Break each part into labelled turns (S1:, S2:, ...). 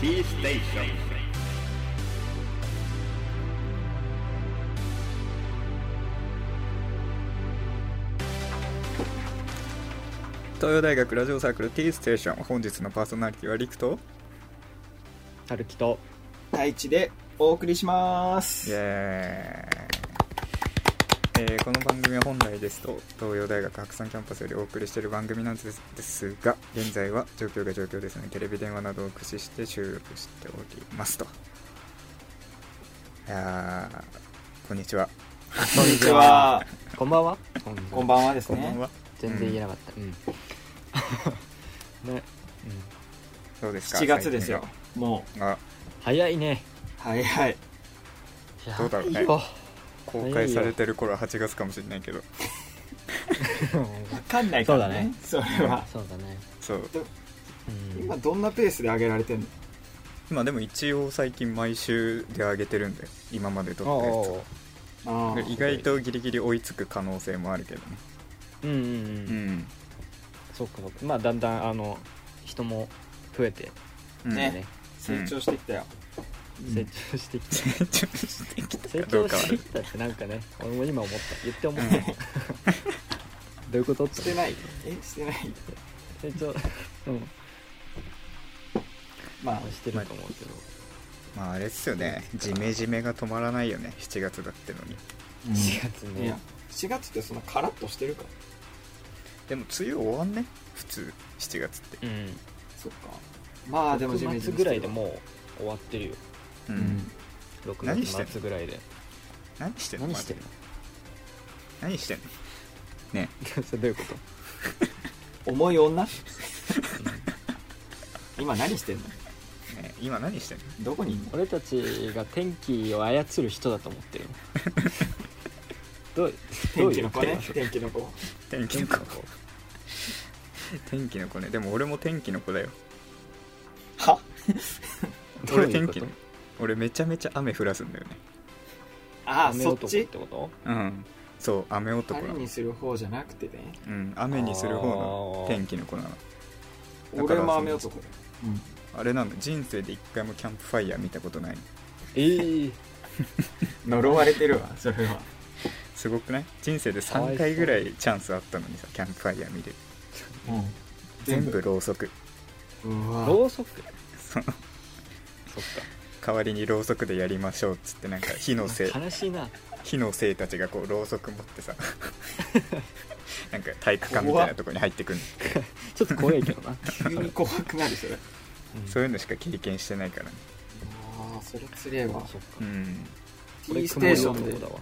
S1: T ステーション
S2: 東洋大学ラジオサークル T ステーション本日のパーソナリティはリクと
S3: たるきと
S4: 太一でお送りしま
S2: イエーイ、
S4: す。
S2: えーこの番組は本来ですと東洋大学白山キャンパスよりお送りしている番組なんですですが現在は状況が状況ですねテレビ電話などを駆使して収録しておりますといやーこんにちは
S3: こん
S4: こんにちは。
S3: こんばんは
S4: こんばんはです
S2: こんばん
S4: ね。
S2: は
S3: 全然言えなかったうん ね
S2: どうですか
S4: 7月ですよ。も
S2: 最近はあ
S3: 早いね
S4: う早い。
S2: どうだろうね
S3: やば
S2: 公開されてる頃は8月かもしれないけど
S3: いよ
S4: わかんないからね。それは。
S3: そうだね
S2: そう
S3: うん
S4: 今どんなペースで上げられてんの？
S2: 今でも一応最近毎週で上げてるんで今まで撮ったやつを
S4: あ
S2: で意外とギリギリ追いつく可能性もあるけどね
S3: うんうん
S2: う
S3: うん
S2: ん、
S3: そうかそうかまあだんだんあの人も増えて
S2: うん、
S4: ね成長してきたよ。
S3: 成長してき
S2: 成長してきた
S3: た成
S2: かどうか
S3: 長
S2: は
S3: してきたってなんかね俺も今思った言って思った どういうことっ
S4: してない。えしてない。
S3: 成長うん
S4: まあ
S3: まあしてると思うけど
S2: まああれっすよねジメジメが止まらないよね7月だってのに
S3: 4月
S4: いや
S3: ね
S4: 4月ってそんなカラッとしてるか。
S2: でも梅雨終わんね普通7月って
S3: うん
S4: そっか。まあでもジメ
S3: 6
S4: ジ
S3: 月
S4: メ
S3: ぐらいでもう終わってるよ
S2: うん、
S4: うん
S3: 6
S2: 何してん
S3: 月
S2: の
S3: 末ぐらいで
S2: 何してんの
S3: 何してんの
S2: マジで何してんの
S3: それどういうこと
S4: 重い女？今何してんの？
S2: ね今何してんの
S4: どこにいんの？
S3: 俺たちが天気を操る人だと思ってるのどうど
S4: 天
S3: う
S4: 気
S3: い
S4: の
S3: う
S4: 子ね。天気の子。
S2: 天気の子天気の子ねでも俺も天気の子だよ
S4: は？
S3: どう
S2: 俺
S3: い
S2: 天
S3: うこ
S2: 気
S3: と
S2: の俺めちゃめちゃ雨降らすんだよね
S4: ああ
S3: 雨
S4: そっ
S3: 男っ
S4: ち？
S3: てこと
S2: うんそう雨男
S4: 彼
S2: なの
S4: にする方じゃなくてね
S2: うん、雨にする方の
S3: あー
S2: 天気の子なのだから
S4: 俺も雨男だよ、うん、
S2: あれなの人生で一回もキャンプファイヤー見たことない
S3: ええ
S4: 呪われてるわ それは
S2: すごくない人生で3回ぐらいチャンスあったのにさキャンプファイヤー見れる
S4: うん
S2: 全部ろうそく
S4: うわ
S3: ろうそく
S2: その
S3: そっ
S2: 代わりにろうそくでやりましょうっつってなんか火のせい
S3: か悲しいな
S2: 火のせいたちがこうろうそく持っ てさなんか体育館みたいなとこに入ってくる
S3: ちょっと怖いけど な
S4: 急に怖くなるそれ
S2: そういうのしか経験してないからね
S4: ああそれつれえ
S3: うん
S4: わ
S3: そっ
S2: う
S3: か
S2: ん
S4: T ステーションで
S3: 俺曇り男だわ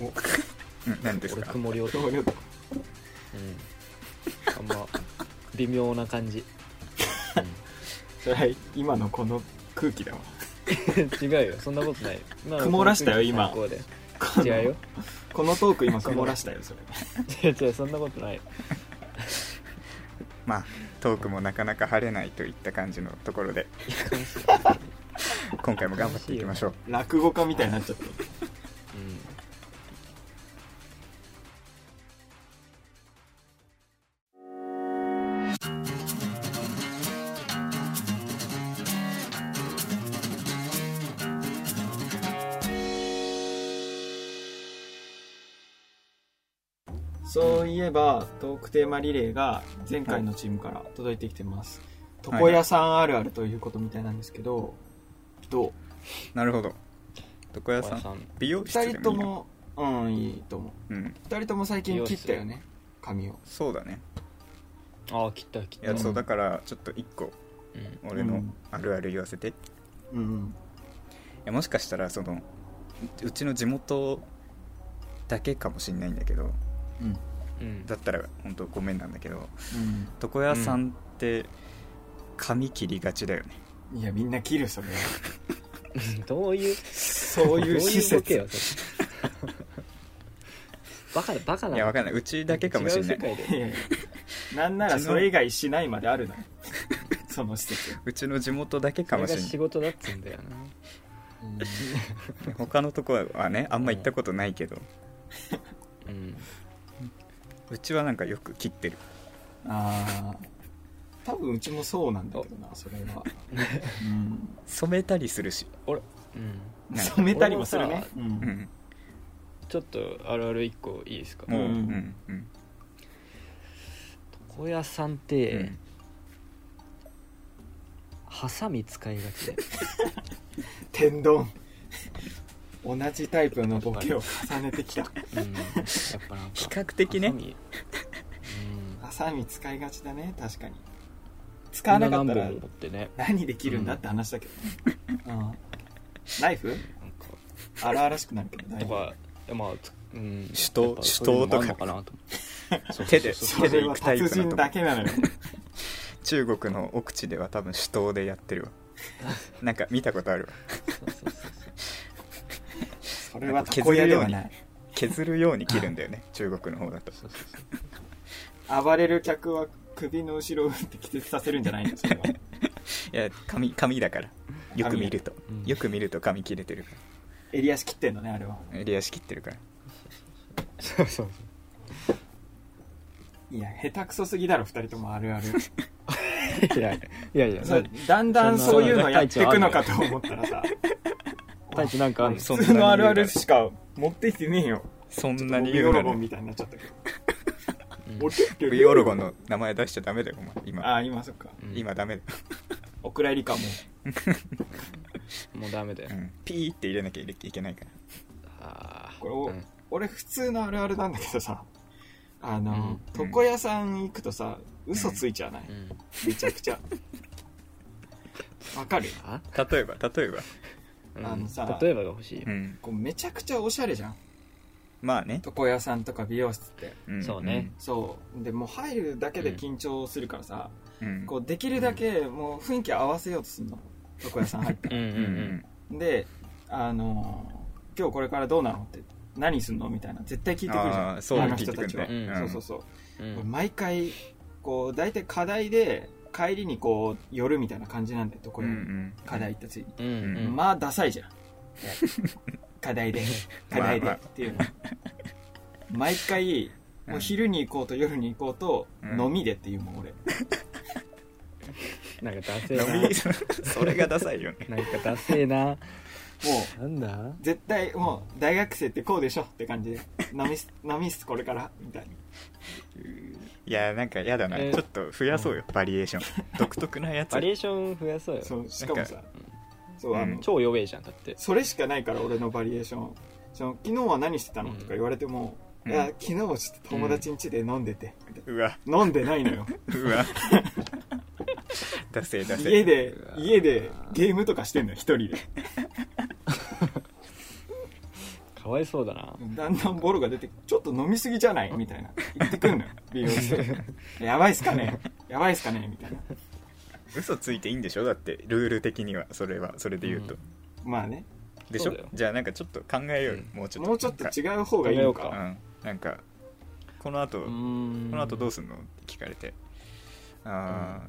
S4: お
S2: うん何です
S3: 俺
S2: か
S3: 曇り男
S4: そういうの
S3: うんあんま微妙な 感じ、
S4: それは今のこの空気だわ
S3: うん違うよそんなことないよ今の
S4: 曇らしたよ今
S3: 最高で
S4: この
S3: 違うよ
S4: このトーク今曇らしたよそれ
S3: 違う違うそんなことない
S2: まあトークもなかなか晴れないといった感じのところで今回も頑張っていきましょう
S4: 落語家みたいになっちゃってそういえばトークテーマリレーが前回のチームから届いてきてます床屋さんあるあるということみたいなんですけどどう
S2: なるほど床屋さ
S3: お母
S2: ん
S3: さん
S2: 美容室でもい
S4: 2
S2: い
S4: 人と
S2: な
S4: もうんいいと思う
S2: うん
S4: 2人とも最近切ったよね髪を
S2: そうだね
S3: ああ切った
S2: い
S3: 切った
S2: や、
S3: うん
S2: そうだからちょっと一個俺
S4: う
S2: の
S4: ん
S2: あるある言わせて、い
S4: うん
S2: やもしかしたらそのううちの地元だけかもしんないんだけど
S4: うん
S3: うん
S2: だったら本当ごめんなんだけど
S4: う
S2: 床屋さんって髪切りがちだよね、
S4: んいやみんな切るそれは
S3: どういう
S4: そういう施
S3: どういうボケ
S4: 設
S3: よそれ バカだバカだ
S2: いやわかんないうちだけかもしんない
S3: 違う世界
S4: い
S3: で
S4: やいやなんならそれ以外しないまであ るのその施設
S2: うちの地元だ けかもし
S3: それが
S2: ん
S3: 仕
S2: な
S3: 事だっつうんだよない
S2: 他のとこはねあんま行ったことないけど、
S3: うん
S2: うちはなんかよく切ってる
S4: ああ多分うちもそうなんだけどなそれ は、うん
S2: 染めたりするし、
S3: うん
S2: なんか
S4: 染めたりもするねう
S2: うんん、
S3: ちょっとあるある1個いいですか
S2: もう、う
S4: うん
S2: んうん
S3: 床屋さんっ
S2: う
S3: て
S2: ん
S3: ハサミ使いが ちで
S4: 天 丼同じタイプのボケを重ねてきた
S3: うんやっぱなんか
S2: 比較的ね
S3: ハサミうん
S4: ハサミ使いがちだね確かに使わなかった
S3: こん
S4: ら
S3: 何本も持ってね
S4: 何できるんだって話だけど、ねうん、ナイフ
S3: なんか
S4: 荒々しくなるけどナイ
S3: と
S4: フ
S3: か、いやまあ、つうん、
S2: 手刀
S3: やっぱそういうのもあんのなと思ってそう
S2: 手で
S3: そうそう
S4: それは達人だけなのよ
S2: 中国の奥地では多分手刀でやってるわなんか見たことあるわ
S3: そうそうそう
S4: それは床屋ではない
S2: 削るように切るんだよね中国の方だと
S3: そうそうそう
S4: 暴れる客は首の後ろを打って気絶させるんじゃないのそれはい
S2: や紙紙だからよく見ると
S3: うん
S2: よく見ると紙切れてるか
S4: 襟足切ってんのねあれは
S2: ら襟足切ってるから
S3: そうそうそう
S4: いや下手くそすぎだろ2人ともあるある
S3: いやいやいや
S4: そうだんだんそういうのやっていくのかと
S3: そ
S4: 思ったらさ
S3: 太一なんかあんの
S2: そん
S4: 普通のあるあるしか持ってきてねえよ
S2: そんな
S4: 何
S2: に
S4: ビ
S2: 言う
S4: オ
S2: な
S4: ロゴ
S2: ら
S4: ンみたいになっちゃったけど
S3: うん
S4: 持ってきて
S2: ビオロゴンの名前出しちゃダメだよお前今
S4: ああ今そっか
S3: うん
S2: 今ダメだよ、
S4: お蔵入りかも
S3: もうダメだよ
S2: うん、ピーって入れなきゃいけないから
S3: あー
S4: これを
S3: うん
S4: 俺普通のあるあるなんだけどさあの、
S2: うん
S4: 床屋さん行くとさ嘘ついちゃわない、
S3: うん
S4: めちゃくちゃわかる
S3: あ
S2: 例えば例えば、
S3: うん
S4: あのさ
S3: 例えばが欲しいよ
S2: うん、
S4: こうめちゃくちゃおしゃれじゃん
S2: まあね、
S4: 床屋さんとか美容室って
S2: ん
S3: そうね
S4: そうでもう入るだけで緊張するからさ、
S2: うん
S4: こうできるだけもう雰囲気合わせようとするの床屋さん入ったら
S3: うんうん
S2: う
S3: うん
S2: うんん
S4: であのー今日これからどうなのって何すんのみたいな絶対聞いてくるじゃ
S2: あー
S4: ん
S2: そう
S4: あの人たちは、
S2: 聞いてくるね
S4: そううんそうそう
S3: うんうん
S4: 毎回こう大体課題で帰りにこう寄るみたいな感じなんだよとこ
S2: う
S4: ろ
S2: ん
S4: に、
S2: うん
S4: 課題行ったついに、
S3: うんうん
S4: まあダサいじ ゃん課題で課題で
S2: まあまあ
S4: っていうの毎回もう昼に行こうと夜に行こうと、
S2: うん
S4: 飲みでっていうもん俺
S3: なんかダセえな
S2: 飲みそれがダサいよね
S3: なんかダセえな
S4: もう
S3: なんだ
S4: 絶対もう大学生ってこうでしょって感じで飲みす飲みっすこれからみたい
S2: いやなんかやだな、
S3: え
S2: ちょっと増やそうよバリエーション独特なやつ
S3: バリエーション増やそう
S4: な
S3: よ
S4: そうしかもさそう
S2: うん
S4: あの、
S3: 超弱えじゃんだって
S4: それしかないから俺のバリエーションその昨日は何してたの
S3: うん
S4: とか言われても、
S2: うん
S4: いや昨日はちょっと友達ん家で飲んでて、みたいう
S2: わ
S4: な飲んでないのよ
S2: うわダセえダセえ
S4: 家で家でゲームとかしてんのよ一人で
S3: かわいそうだな
S4: だんだんボロが出てちょっと飲みすぎじゃないみたいな言ってくんのよ美容室でやばいっすかねやばいっすかねみたいな
S2: 嘘ついていいんでしょだってルール的にはそれはそれで言うと、
S3: う
S4: まあね
S2: でしょ
S3: そうだよ
S2: じゃあなんかちょっと考えようよ、
S3: う
S2: もうちょっと
S4: もうちょっと違う方がいいのか
S3: 考えよ
S2: うんなんかこの後、
S3: うーん
S2: この後どうすんのって聞かれてああ、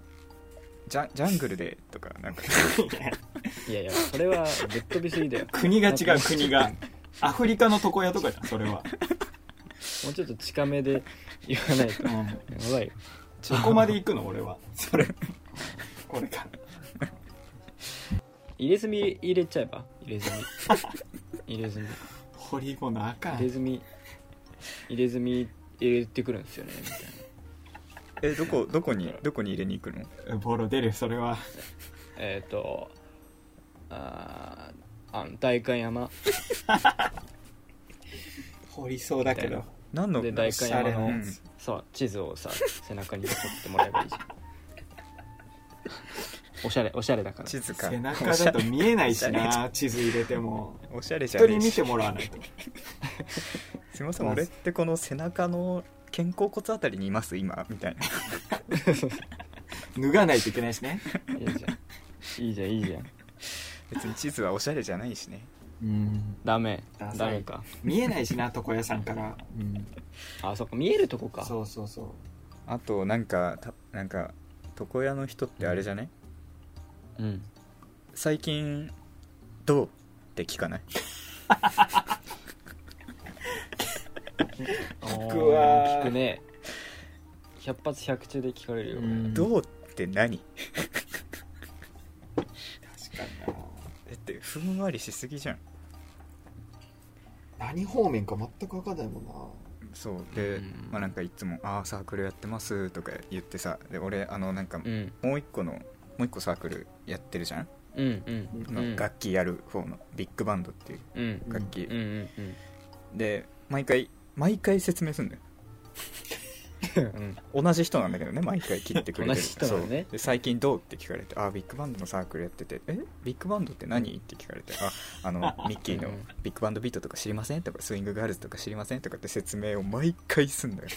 S2: ジャジャングルでとかなんか
S3: いやいやそれはぶっ飛びすぎだよ
S4: 国が違う国がアフリカの床屋とかじゃんそれは、
S3: もうちょっと近めで言わないと
S4: う
S3: や
S4: ん、
S3: ばいよ
S4: そこまで行くの俺はそれこれから
S3: 入れ墨入れちゃえば入れ墨入れ墨
S4: 掘り込なあか
S3: 入れ
S4: ん
S3: 墨入れ墨入れてくるんですよねみたいな
S2: えどこどこにどこに入れに行くの
S4: ボロ出るそれは
S3: えっ、ー、とあーあの代官山
S4: 掘りそうだけど
S2: 何の
S3: で代官山
S4: おしゃれ
S3: の
S4: なや
S2: つ
S3: さ地図をさ背中に取ってもらえばいいじゃんおしゃれおしゃれだから
S2: 地図か
S4: 背中
S2: おしゃ
S4: だと見えないし
S2: おし
S4: な地図入れても
S2: おしゃ れじゃ
S4: 人
S2: ね
S4: に
S2: え
S4: 見
S2: して
S4: もらわないと
S2: すいません俺ってこの背中の肩甲骨あたりにいます今みたいな
S4: 脱がないといけないしね
S3: いいじゃんいいじゃんいいじゃん
S2: 別に地図はおしゃれじゃないしね
S4: うん
S3: ダメ
S4: ダサい
S3: ダメか
S4: 見えないしな床屋さんから、うん、
S3: あそっか見えるとこか
S4: そうそうそう
S2: あとなんかたなんか床屋の人ってあれじゃね、
S3: うん
S2: 最近どうって聞かない
S4: 聞くわ
S3: 聞くね百発百中で聞かれるよ、
S4: うん
S2: どうって何
S4: 確かに
S2: だってふんわりしすぎじゃん
S4: な何方面か全く分かんないもんな
S2: そうで、
S3: うん
S2: まあ、なんかいつも「ああサークルやってます」とか言ってさで俺あのなんか
S3: うん
S2: もう一個のもう一個サークルやってるじゃん、
S3: うんうん
S2: あ
S3: う
S2: の
S3: ん
S2: 楽器やる方のビッグバンドっていう
S3: うん
S2: 楽器、
S3: うんうんうん
S2: で毎回毎回説明すんだよ
S3: うん
S2: 同じ人なんだけどね毎回切ってくれてる
S3: 同じ人なのね
S2: そうで最近どうって聞かれて「あービッグバンドのサークルやっててえビッグバンドって何?」って聞かれて「ああのミッキーの
S3: うん
S2: ビッグバンドビートとか知りません?」とか「スイングガールズとか知りません?」とかって説明を毎回すんだよ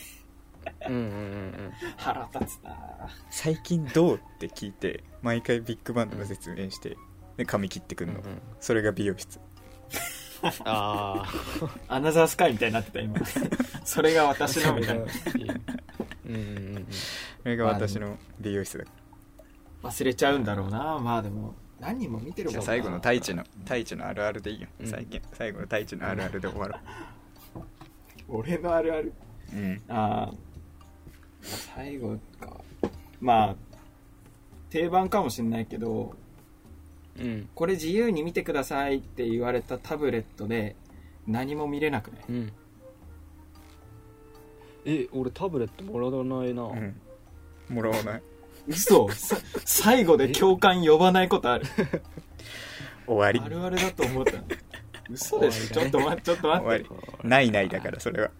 S3: うんうん
S4: 腹立つな
S2: 最近どうって聞いて毎回ビッグバンドの説明してで髪切ってく
S3: うんん
S2: の、それが美容室
S3: あ
S4: アナザースカイみたいになってた 今それが
S3: あ
S4: 私のみたいな
S3: うんうんうん
S2: それが私の美容室だ、
S4: 忘れちゃうんだろうなまあでも何人も見てるもん
S2: じゃ
S4: な
S2: あ最後の太一の太一のあるあるでいいよ、
S3: うん
S2: 最近最後の太一のあるあるで終わろ
S4: 俺のあるある
S2: ううん
S4: ああ最後かまあ定番かもしれないけど
S3: うん
S4: これ自由に見てくださいって言われたタブレットで何も見れなくない
S3: うんえ俺タブレットもらわないな、
S2: うんもらわない
S4: 嘘さ最後で教官呼ばないことある
S2: 終わ
S4: あ
S2: り
S4: るあるだと思っ た嘘でしょちょっと待ってちょっと
S2: 終
S4: 待
S2: わ
S4: っ
S2: りないないだからそれは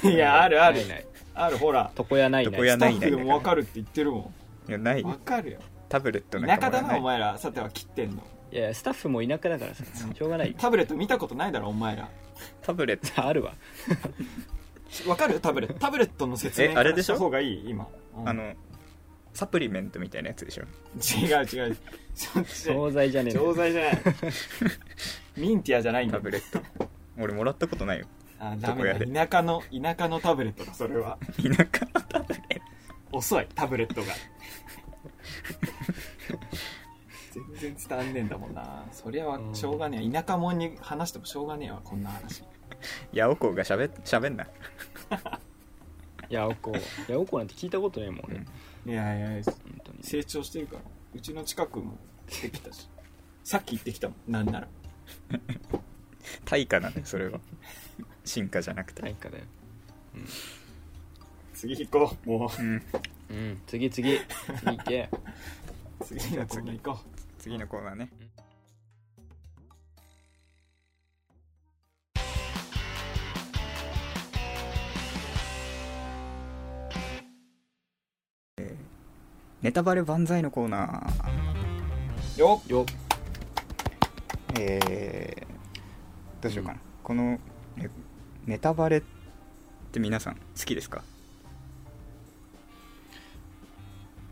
S4: ていやあるある
S3: ないない
S4: あるほら
S3: 床屋ない
S2: 床屋
S4: ス
S2: な
S4: タ
S2: いない
S4: ッフも分かるって言ってるも
S2: いやない
S4: ん分かるよ
S2: タブレットな
S4: 田
S2: んか
S4: 舎
S2: もら
S4: だなお
S2: わない
S4: 前らさては切ってんの
S3: いやスタッフも田舎だからさしょうがない
S4: タブレット見たことないだろお前ら
S2: タブレット
S3: あるわ
S4: 分かるタブレットタブレットの説明
S2: えあれでし
S4: か
S2: ょ
S4: らた方がいい今、うん
S2: あのサプリメントみたいなやつでしょ
S4: 違う違うそっち
S3: 惣菜じゃねえ
S4: 錠剤じゃない ミンティアじゃないん
S2: タ
S4: だ
S2: ブレット俺もらったことないよ
S4: あダメ
S2: 床
S4: だ田舎の田舎のタブレットだそれは
S2: 田舎のタブレット
S4: 遅いタブレットが全然伝わんねえんだもんなそりゃわ
S3: うん
S4: しょうがねえ田舎者に話してもしょうがねえわこんな話
S2: ヤオコーがしゃべしゃべんな
S3: ヤオコヤオコなんて聞いたことないもん俺
S2: うん
S3: 本
S4: いやいや
S3: 当に
S4: 成長してるからうちの近くもできたしさっき行ってきたもんなんなら
S2: 対価なんだよそれは進化じゃなくて、
S3: 何かだよ
S4: 次行こうも
S2: うん、
S3: うん次次次行け
S4: う次のコーナー行こう
S2: 次のコーナーねえーネタバレ万歳のコーナー
S4: よ
S3: よ
S2: えーどうしようかな、このえネタバレって皆さん好きですか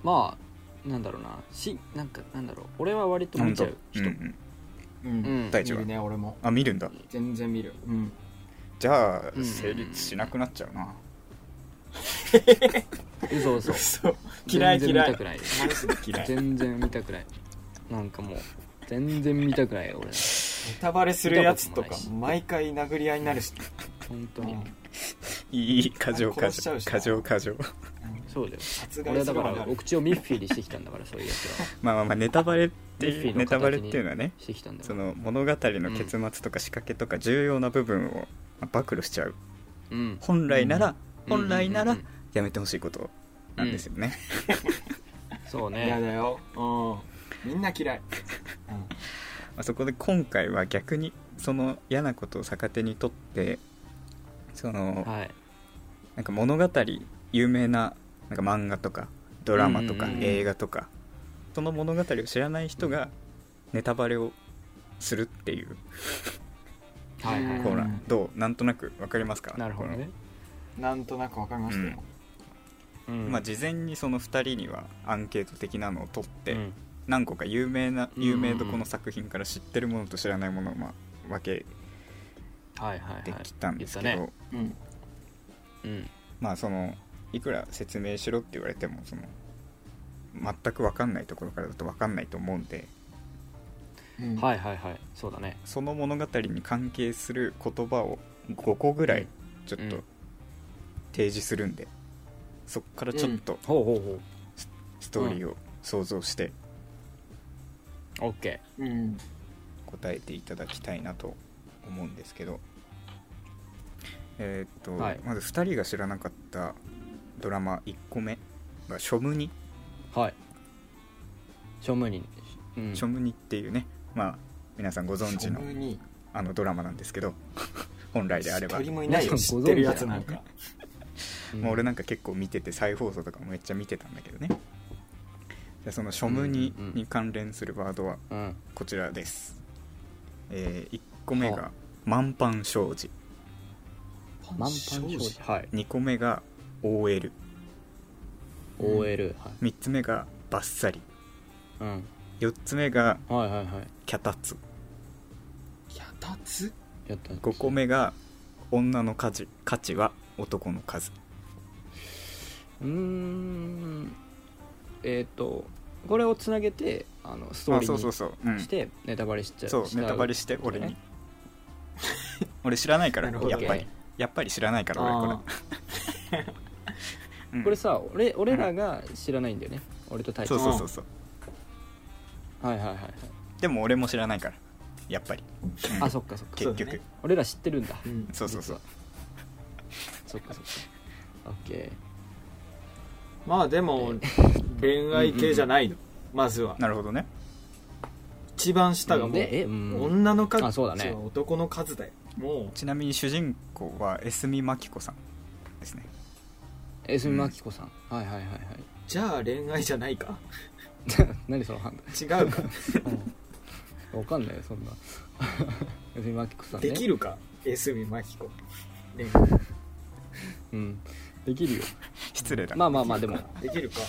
S3: まあなんだろうなしなんかなんだろう俺は割と見ちゃう人
S2: うんうん
S4: う
S3: うんん
S2: 大
S4: 見
S2: 丈夫
S4: るね俺も
S2: あ見るんだ
S4: 全然見るうん
S2: じゃあ
S3: うん
S2: 成立しなくなっちゃうな、
S3: 嘘 嘘
S4: そう嫌い
S3: 全
S4: 嫌
S3: 然見
S4: い
S3: たくない
S4: マジで 嫌いネ
S3: 全然見たくないなんかもう全然見たくないよ俺
S4: タバレするやつと
S3: 見た
S4: か
S3: こと
S4: 毎回殴り合いになるし
S3: 本当に
S2: いい過剰過
S4: 殺しちゃ
S2: 剰
S4: うしな
S2: 過剰過剰
S3: そうだよ
S4: 殺
S3: 俺
S4: 害
S3: は
S4: す
S3: だ
S4: る
S3: か
S4: まで
S3: ら
S4: ある
S3: お口をミッフィーにしてきたんだか らそういうやつは
S2: まあまあまあネタバレって
S3: ミッフィーの
S2: いうネ
S3: 形に
S2: タバレっていうのはね
S3: してきたんだか
S2: そ
S3: ら
S2: の物語の結末とか仕掛けとか重要な部分をまあ暴露しちゃう
S3: うん
S2: 本来なら、
S3: うん
S2: 本来な
S3: う
S2: ら
S3: んうん
S2: やめてほしいことなんですよね、
S3: そう
S4: 嫌
S3: ね
S4: だようんみんな嫌い、うん
S2: まあ、そこで今回は逆にその嫌なことを逆手にとってその、
S3: はい
S2: なんか物語有名ななんか漫画とかドラマとか
S3: うんうんうん
S2: 映画とかその物語を知らない人がネタバレをするっていう
S3: はいはい
S4: うん
S2: コーナーどうなんとなく分かりますか
S3: なるほどね
S4: なんとなくわかりましたよ、
S3: う
S2: この
S3: ん
S2: まあ、事前にその2人にはアンケート的なのを取って、
S3: うん
S2: 何個か有名な
S3: うん
S2: 有名どこの作品から知ってるものと知らないものをまあ分
S3: はいはいはい
S2: けてきたんですけど、
S3: 言っ
S4: うん
S3: たね
S2: まあそのいくら説明しろって言われてもその全く分かんないところからだと分かんないと思うんで
S4: うん
S3: うんはいはいはいそうだね
S2: その物語に関係する言葉を5個ぐらいちょっ
S3: う
S2: と
S3: ん
S2: 提示するんで、そっからちょっと
S3: ほうほうほう
S2: ストーリーを想像して
S3: オッケ
S4: うん
S2: 答えていただきたいなと思うんですけどえーっと、
S3: はい
S2: まず2人が知らなかったドラマ1個目が「ショムニ」
S3: ーはい庶務にうん
S2: ショムニっていうねまあ皆さんご存知の
S4: そんなに
S2: あのドラマなんですけよ 本来であれば
S4: 一人もいないよ
S3: 皆さ
S4: 知
S3: ん
S4: っ
S3: ご存知
S4: てるやつなんか
S3: うん
S2: もう俺なんか結構見てて再放送とかもめっちゃ見てたんだけどねじゃあその「書無に
S3: うんうんう」ん
S2: に関連するワードは
S3: うん
S2: こちらです、え1個目
S3: は
S2: が「満帆商事
S3: 満帆商事はい」
S2: 2個目が「OL」
S4: うん
S3: OL はい
S2: 3つ目が「バッサリ
S3: うん」
S2: 4つ目が
S3: はいはいはい
S2: 「脚立
S4: 脚立
S3: やった」
S2: 5個目が「女の価値価値は男の数
S3: うーんえっ、とこれをつなげてあのス」トー
S2: あ
S3: リ
S2: そうそう
S3: ー
S2: そう、うん
S3: にし、てネタバレしちゃ
S2: そう
S3: しちゃ
S2: ネタバレして俺
S3: こと
S2: に
S3: ね
S2: 俺知らないから
S4: なるほど
S2: やっぱりやっぱり知らないから俺こ
S4: あ
S2: れ、うん
S3: これさ俺俺らが知らないんだよね、俺と大
S2: そう
S3: 輝
S2: そうそうそう
S3: はいはいはいはい
S2: でも俺も知らないからやっぱり、うん
S3: あそっかそっか
S2: 結
S4: そうだ
S2: 局
S4: ね
S3: 俺ら知ってるんだ
S4: ーうん
S2: そうそうそう
S3: そっかそっかオッケ
S4: まあでも恋愛系じゃないのまずは
S2: なるほどね
S4: 一番下が
S3: ー
S4: もう
S3: でえうん
S4: 女の数
S3: あそうだね
S4: は男の数だよも
S2: ちなみに主人公はエスミマキコさんですね
S3: えすみまきこさん、はいはいはい は
S4: うじゃあ恋愛じゃないか
S3: い何 その判
S4: 違うか
S3: 断わかんないよそんな えすみまきこさんね
S4: できるか江角真紀子恋
S3: うんできるよ
S2: 失礼だ、
S3: まあまあまあでも
S4: 愛できるか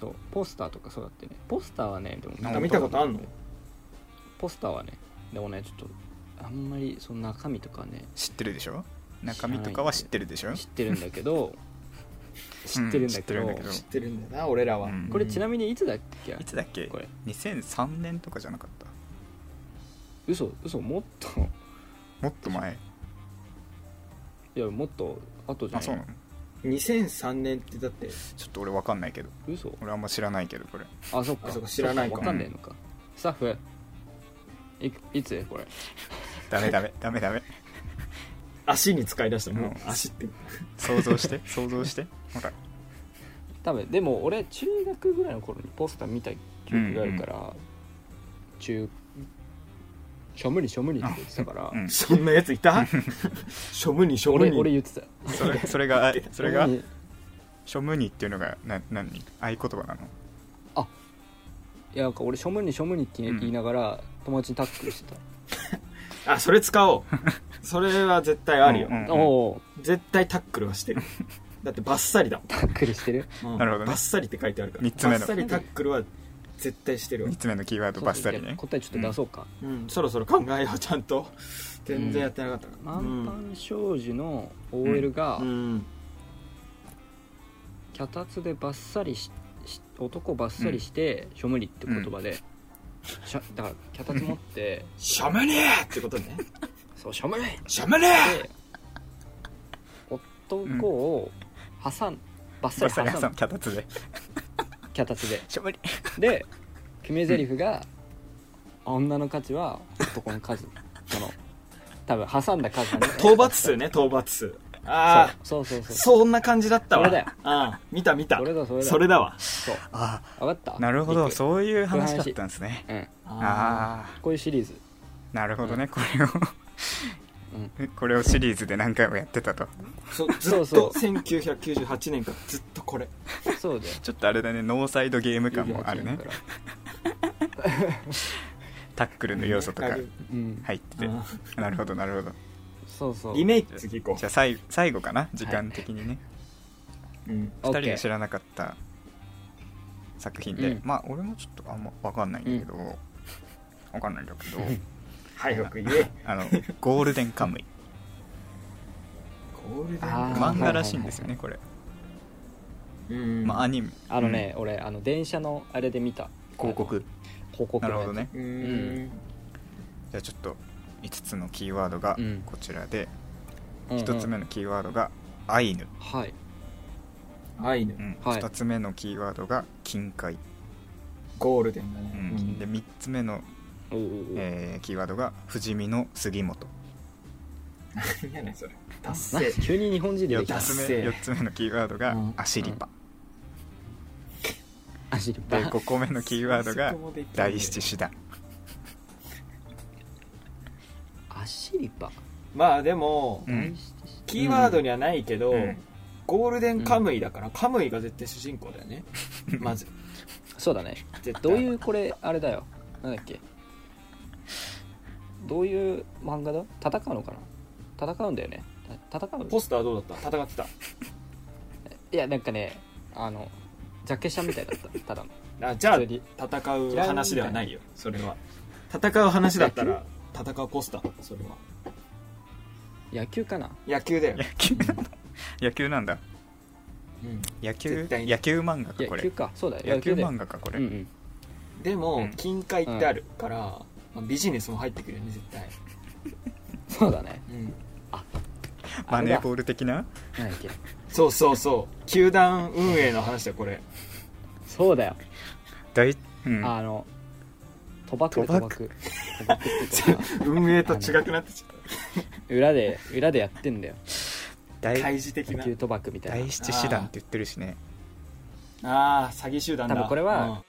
S3: そうポスターとかそうだってねポスターはねでも
S2: あ
S4: 見たことあんの
S3: ポスターはねでもねちょっとあんまりその中身とかね
S2: 知ってるでしょ中身とかは知ってるでしょ
S3: 知ってるんだけど知ってる
S2: う
S3: んだけど,、
S2: ん知ってるんだけど
S4: 知ってるんだよな俺らは、
S2: うん
S3: これちな
S4: み
S3: みにいつだっけ、
S2: いつだっけ
S3: これ
S2: 2003年とかじゃなかった
S3: 嘘嘘もっと
S2: もっと前
S3: いやもっと後じゃ
S2: あ
S3: ない
S2: そうなの
S4: に2003年ってだって
S2: ちょっと俺わかんないけど
S3: 嘘
S2: 俺あんま知らないけどこれ
S3: あそっか
S4: あそっか知らないか
S3: わかんないのか、スタッフいいつこれ
S2: ダメダメダメダメ
S4: 足に使い出したもう、
S2: うん
S4: 足って
S2: 想像 して想像してほら
S3: 多分でも俺中学ぐらいの頃にポスター見た記憶があるから、中しょむりしょむりって言ってたから、
S2: うん
S4: そんなやつい たしょむにしょむ
S3: 俺
S4: に
S3: 俺言ってた
S2: それそれ がそれが
S3: しょむに
S2: ショムニっていうのがな何合言葉なの
S3: いやなんか俺しょむにしょむにって言い
S2: うん
S3: 言いながら友達にタックルして
S4: あそれ使 おうそれは絶対あるよ、
S2: うんうん
S3: た、おお
S4: 絶対タックルはしてるだってバッサリだもん
S3: タックルしてる
S4: うん
S2: なるほどね
S4: バッサリって書いてあるから
S2: 三つ目の
S4: バッサリタックルは絶対してるわ
S2: 3、つ目のキーワード バッサリ
S3: そうそうじゃ
S2: ね
S3: あ答えちょっと出そうか、
S4: うん、そろそろ考えようちゃんと全然やってなかったから
S3: 満帆商事の OL が
S4: うん
S3: 脚立でバッサリしし男バッサリしてしょむりって言葉で、しゃだから脚立持って
S4: しゃむねえってこと ね
S3: そうしょむ りって
S4: しゃむね
S3: 男を挟んバッ
S2: バッ
S3: サリ挟
S2: サ
S3: ん
S2: リ挟む脚立で
S3: 脚立で
S2: ショムニ
S3: で決め台詞が「女の価値は男の数」その多分挟んだ数なんだよ
S4: え討伐数ね討伐数ああ
S3: そうそうそうそう
S4: そんな感じだったわ
S3: それだよ
S4: ああ見た見た
S3: それだそれだ
S4: それだわ
S3: そう
S2: あ
S3: 分かった
S2: なるほど
S3: リク
S2: そういう話だったんですね
S3: うん、
S4: あ
S2: ああ
S3: こういうシリーズ
S2: なるほどねこれ
S3: うん
S2: を これをシリーズで何回もやってたと
S4: あそずっ
S3: そう
S4: と
S3: そう
S4: 1998年からずっとこれ
S3: そう だよ
S2: ちょっとあれだねノーサイドゲーム感もあるね
S3: 98から
S2: タックルの要素とか
S3: うん、
S2: 入って
S4: うん
S2: て なるほどなるほど
S3: そうそう
S4: リメイク次行こ
S2: じゃあ最最後かな時間的にね
S4: う、うん、
S3: オッケ
S2: 2
S3: ー
S2: 人が知らなかった作品で、
S3: うん
S2: まあ俺もちょっとあんま分かんないんだけど、わ分かんないんだ けど
S4: 早く言え
S2: あのゴールデンカムイ
S4: ゴールデン
S3: あー
S2: 漫画らしいんですよねこれ、
S4: うん
S2: まあアニメ
S3: あのね、俺あの電車のあれで見た
S2: 広告
S3: 広告
S2: な
S3: の
S2: る
S3: やつ
S2: ほどね
S4: うん、
S2: じゃあちょっと5つのキーワードが
S3: うん
S2: こちらで、
S3: うんうん
S2: 1つ目のキーワードがアイヌ
S3: はい
S4: あアイヌ、
S2: うん
S3: はい
S2: 2つ目のキーワードが近海、
S4: ゴールデンだね、
S2: う
S4: うん
S2: ん、で3つ目の、
S3: おうおうおう
S2: えーキーワードが不死身の杉本
S4: 何やねんそれ達
S3: なん
S4: 成
S3: か急に日本人で
S2: 4
S3: きた
S4: や
S2: つ
S4: ダッセ
S2: 目
S4: ー
S2: 四つ目のキーワードが
S4: うん
S2: アシリパ、
S3: あ知
S2: で
S3: りた
S2: 5個目のキーワードが第七師団
S3: アシリパ
S4: まあでも、
S2: うん
S4: キーワードにはないけど、
S2: うん
S4: ゴールデンカムイだから、カムイが絶対主人公だよねまず
S3: そうだね
S4: 絶対
S3: どういうこれあれだよなんだっけどういう漫画だ戦うのかな戦うんだよねた戦う
S4: ポスターどうだった戦ってた
S3: いやなんかねあのジャケシャみたいだったただの
S4: あじゃあ
S3: 普通に
S4: 戦う話ではないよそれは戦う話だったら戦うポスターそれは
S3: 野球かな
S4: 野球だよ
S2: 野、球なんだ野球なんだ
S4: うん
S2: 野球
S4: 絶対に
S2: 野球漫画かこ
S3: 野
S2: れ
S3: 球かそうだよ
S2: 野球
S3: だよ
S2: 漫画かこれ、
S3: うんうん
S4: でも、
S2: うん
S4: 近海ってあるから、まあビジネスも入ってくるよね絶対、
S3: そうだね
S4: うん、
S2: マネーボ
S3: ー
S2: ール的な
S3: なんだっけ
S4: そうそうそう球団運営の話だよこれ
S3: そうだよ
S2: 大、うん、
S3: あの賭博賭
S2: 賭
S3: 博
S2: 博
S3: 賭博っていうか
S4: 運営と違くなってちゃっ
S3: 裏で裏でやってんだよ
S4: た
S2: 大
S4: 開示的
S3: 野
S4: な
S3: 球賭博みたいな
S2: 第七師団って言ってるしね
S4: ああ詐欺集団だ
S3: 多分これは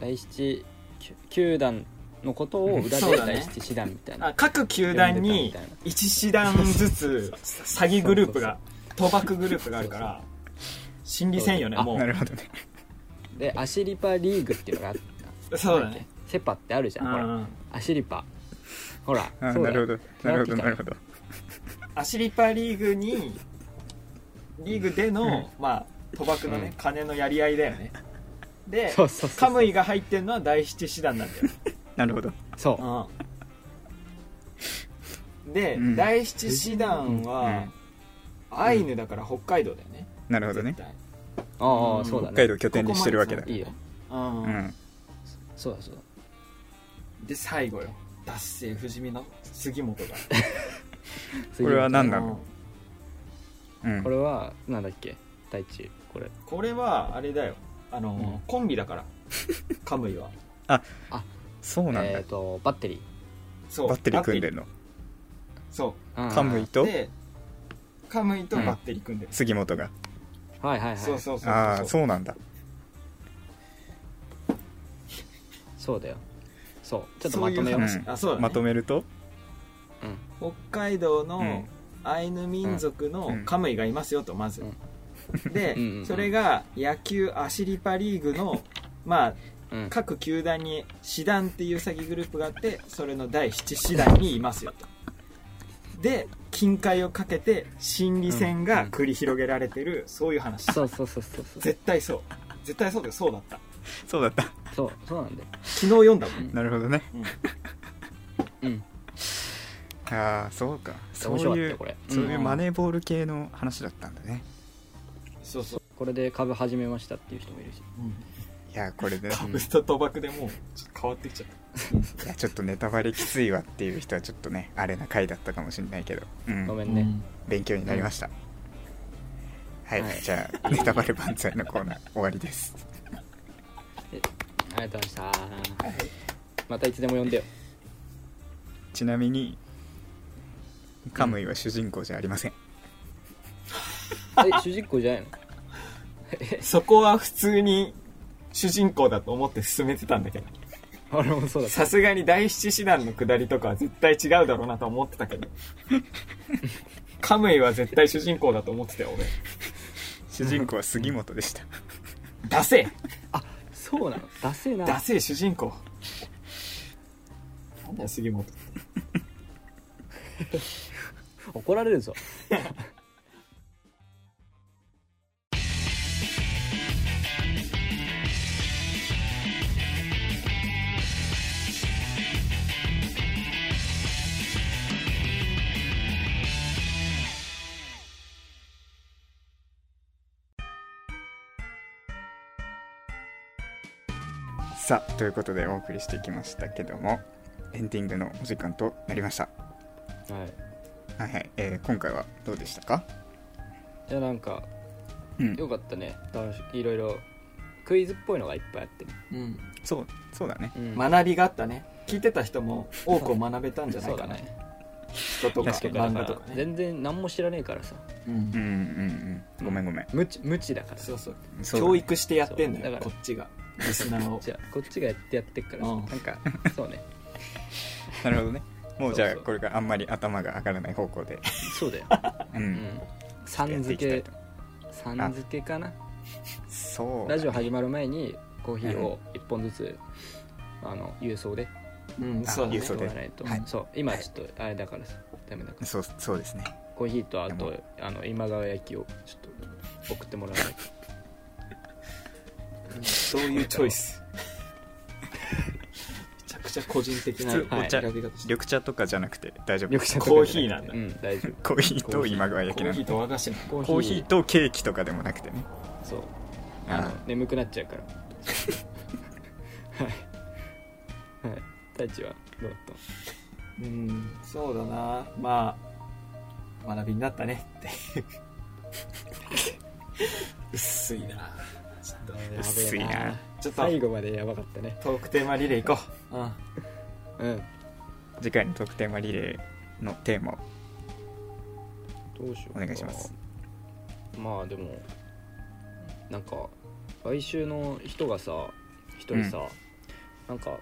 S3: 第七球球団のことを裏
S4: そう
S3: で
S4: だね
S3: 第七師団みたい
S4: うんあ
S3: な
S4: 各球団に
S3: 呼んでたみ
S4: 1師団ずつ詐欺グループが賭博グループがあるから心理戦よね
S3: あ
S4: も
S2: なるほどね
S3: でアシリパリーグっていうのがあっ
S4: うそうだね
S3: セパってあるじゃんほら
S4: うん
S3: アシリパほら
S2: あ
S3: そう
S2: な
S3: だよ
S2: るほどなるほどなるほど
S4: アシリパリーグにリーグでの、まあ、賭博のね、
S3: うん
S4: 金のやり合いだよねで
S3: そうそうそ
S4: カ
S3: う
S4: ムイが入ってんのは第七師団なんだ
S2: なるほど
S3: そう
S4: よ、うん、で、
S2: うん
S4: 第七師団は、アイヌだから北海道だよね、
S2: なるほどね
S4: 絶対
S3: あ
S4: うん
S3: あそうだ
S2: 北海
S3: ね
S2: 道拠点にしてるわけだ
S4: ここ
S3: いいよ
S4: うん
S2: うん
S3: そうだそうだ
S4: で最後よ脱成不死身の杉本が
S3: 次
S2: これは何な
S4: うん
S2: のうん
S3: これはなんだっけ第一これ
S4: これはあれだよあの、
S3: うん
S4: コンビだからカムイは
S2: そうなん
S3: え
S2: だ
S3: っとバッテリ
S4: そう
S2: バッテリー組んでんの
S4: そ
S3: ー
S2: カムイ
S4: う
S2: と
S4: でカムイとバッテリー組んでる、
S2: 杉本が
S3: はいはいはい
S4: そうそうそうそう
S2: ああそうなんだ
S3: そうだよそうちょっとまとめよう
S4: そうい
S2: ん
S4: 話あそうだね
S2: まとめると
S3: うん
S4: 北海道
S2: う
S4: の
S2: ん
S4: アイヌ民族の
S2: うん
S4: カムイがいますよとまず、で
S3: うんうんうん
S4: それが野球アシリパリーグのまあ
S3: うん
S4: 各球団に師団っていう詐欺グループがあってそれの第7師団にいますよとで金塊をかけて心理戦が繰り広げられてるそういう話
S3: そうそうそうそうそう
S4: 絶対そう絶対そうだよそうだった
S2: そうだった
S3: そうそうなんだよ
S4: 昨日読んだもん
S2: なるほどね
S3: うん
S2: ああそうかそ
S3: 面白
S2: う
S3: かっ
S2: い
S3: た
S2: う
S3: これ
S2: そういううんマネーボール系の話だったんだね
S4: そうそう、
S3: これで株始めましたっていう人もいるし
S4: うん、
S2: いやこれで
S4: 株と賭博でもうちょっと変わってきちゃった
S2: いやちょっとネタバレきついわっていう人はちょっとねあれな回だったかもしれないけど、うん
S3: ごめんね
S2: 勉強になりました、はい、
S3: はい
S2: じゃあネタバレ万歳のコーナー終わりです
S3: ありがとうございました
S4: はい
S3: またいつでも呼んでよ
S2: ちなみにカムイは主人公じゃありません、
S3: え主人公じゃないの
S4: そこは普通に主人公だと思って進めてたんだけど
S3: 俺もそうだった
S4: さすがに第七師団の下りとかは絶対違うだろうなとは思ってたけ どカムイは絶対主人公だと思ってたよ俺
S2: 主人公は杉本でした
S4: ダセ
S3: そうなのダセえ
S4: え
S3: な
S4: ダセえ主人公なんだよ杉本
S3: 怒られるぞ
S2: さあということでお送りしてきましたけどもエンディングのお時間となりました
S3: はい
S2: はいはい、えー今回はどうでしたか
S3: いやなんか
S2: うん
S3: よかったね楽しいろいろクイズっぽいのがいっぱいあって、
S4: うん、
S2: そうそうだね
S3: うん
S4: 学びがあったね聞いてた人も多くを学べたんじゃない
S3: そう
S4: か
S3: だ
S4: な、
S3: ね
S4: 人とか
S3: 確か
S4: 漫
S3: に
S4: 画
S3: だ
S4: と
S3: から
S4: かね、
S3: 全然何も知らねえからさ
S4: うん
S2: うんうんうんごめんごめん
S3: 無知無知だから
S4: そうそう
S2: そうだね
S4: 教育してやってんだ
S3: そう
S4: よ
S3: だか
S4: こっ
S3: ら
S4: ちがリスナーを
S3: じゃあこっちがやってやってっからさ、
S4: うん
S3: なんかそうね
S2: なるほどねもうじ
S3: そ
S2: ゃ
S3: う
S2: あ
S3: そう
S2: これからあんまり頭が上がらない方向で
S3: そうだよ、
S2: う
S3: うんん、さん付
S2: やっていき
S3: け
S2: たいと
S3: さん付けかな
S2: そう
S3: ラジオ始まる前にコーヒーを1本ずつ、あの郵送で
S4: うんそうだ
S2: あ
S4: ね
S2: 郵送
S3: も
S2: で
S3: らわないと、
S2: はい
S3: そう今ちょっとあれだからさダメだから
S2: そうそうですね
S3: コーヒーとあ
S2: で
S3: とあの今川焼きをちょっと送ってもらわないと
S4: そういうチョイスめちゃくちゃ個人的な
S2: 普通
S3: お茶
S4: 選び方してる
S2: 緑茶とかじゃなくて大丈夫
S3: 緑茶とか
S4: コーヒーなんだ
S3: うん大丈夫
S2: コーヒーと今川焼
S4: コ
S2: きな
S4: ー
S2: ん
S4: ヒ
S2: で
S4: ーと和菓子の
S3: コ
S2: コーヒーとケーキとかでもなくてね
S3: そう
S2: あ
S3: あ
S2: ー
S3: の眠くなっちゃうからはいはい太一はどうだっ
S4: うんそうだなまあ学びになったねって薄いなちょっと
S3: た
S2: 薄いな
S3: やべえ
S4: ちょっと
S3: 最後までやばかったね
S4: トークテーマリレー行こう、うん、
S3: うん
S2: 次回の特典はリレーのテーマを
S3: どうしようか
S2: お願いします
S3: まあでもなんか買収の人がさ一人さ、なんか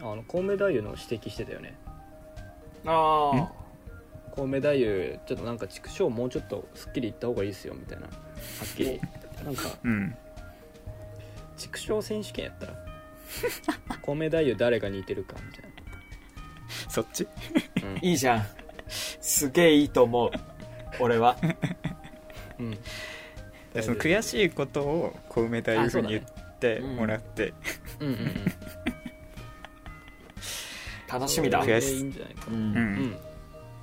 S3: あのコウメ太夫の指摘してたよね
S4: あ
S3: コウメ太夫ちょっとなんか畜生もうちょっとすっきり言った方がいいですよみたいなはっきりなんか
S2: うん
S3: 畜生選手権 やったらコウメ太夫誰が似てるかみたいな
S2: そっち
S4: あいいじゃんすげえいいと思う俺は
S3: うん、うん、
S2: でその悔しいことを小梅太夫に言ってもらって、
S3: うんうんうん
S4: 楽しみだ
S3: それでいいんじゃないか
S4: う、
S2: うんん
S3: うん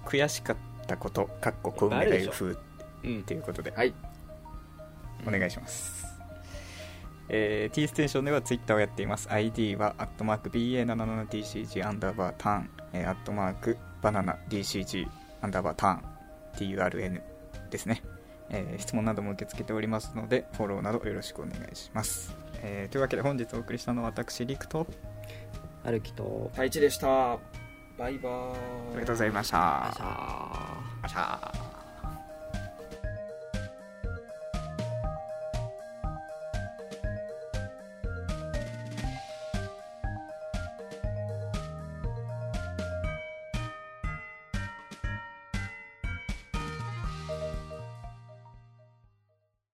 S2: 悔しかったことかっこ小梅太夫風っ
S3: うん
S2: ていうことで
S4: はい
S2: お願いします、えー、T ステーションではツイッターをやっています ID はアットマーク BA77DCG アンダーバーターン、えー、アットマークバナナ DCG アンダーバーターン TURN ですね、えー質問なども受け付けておりますのでフォローなどよろしくお願いします、えーというわけで本日お送りしたのは私リクと
S3: 歩きと
S4: 太一でしたバイバーイ
S2: ありがとうございました
S3: さあ
S2: あしゃー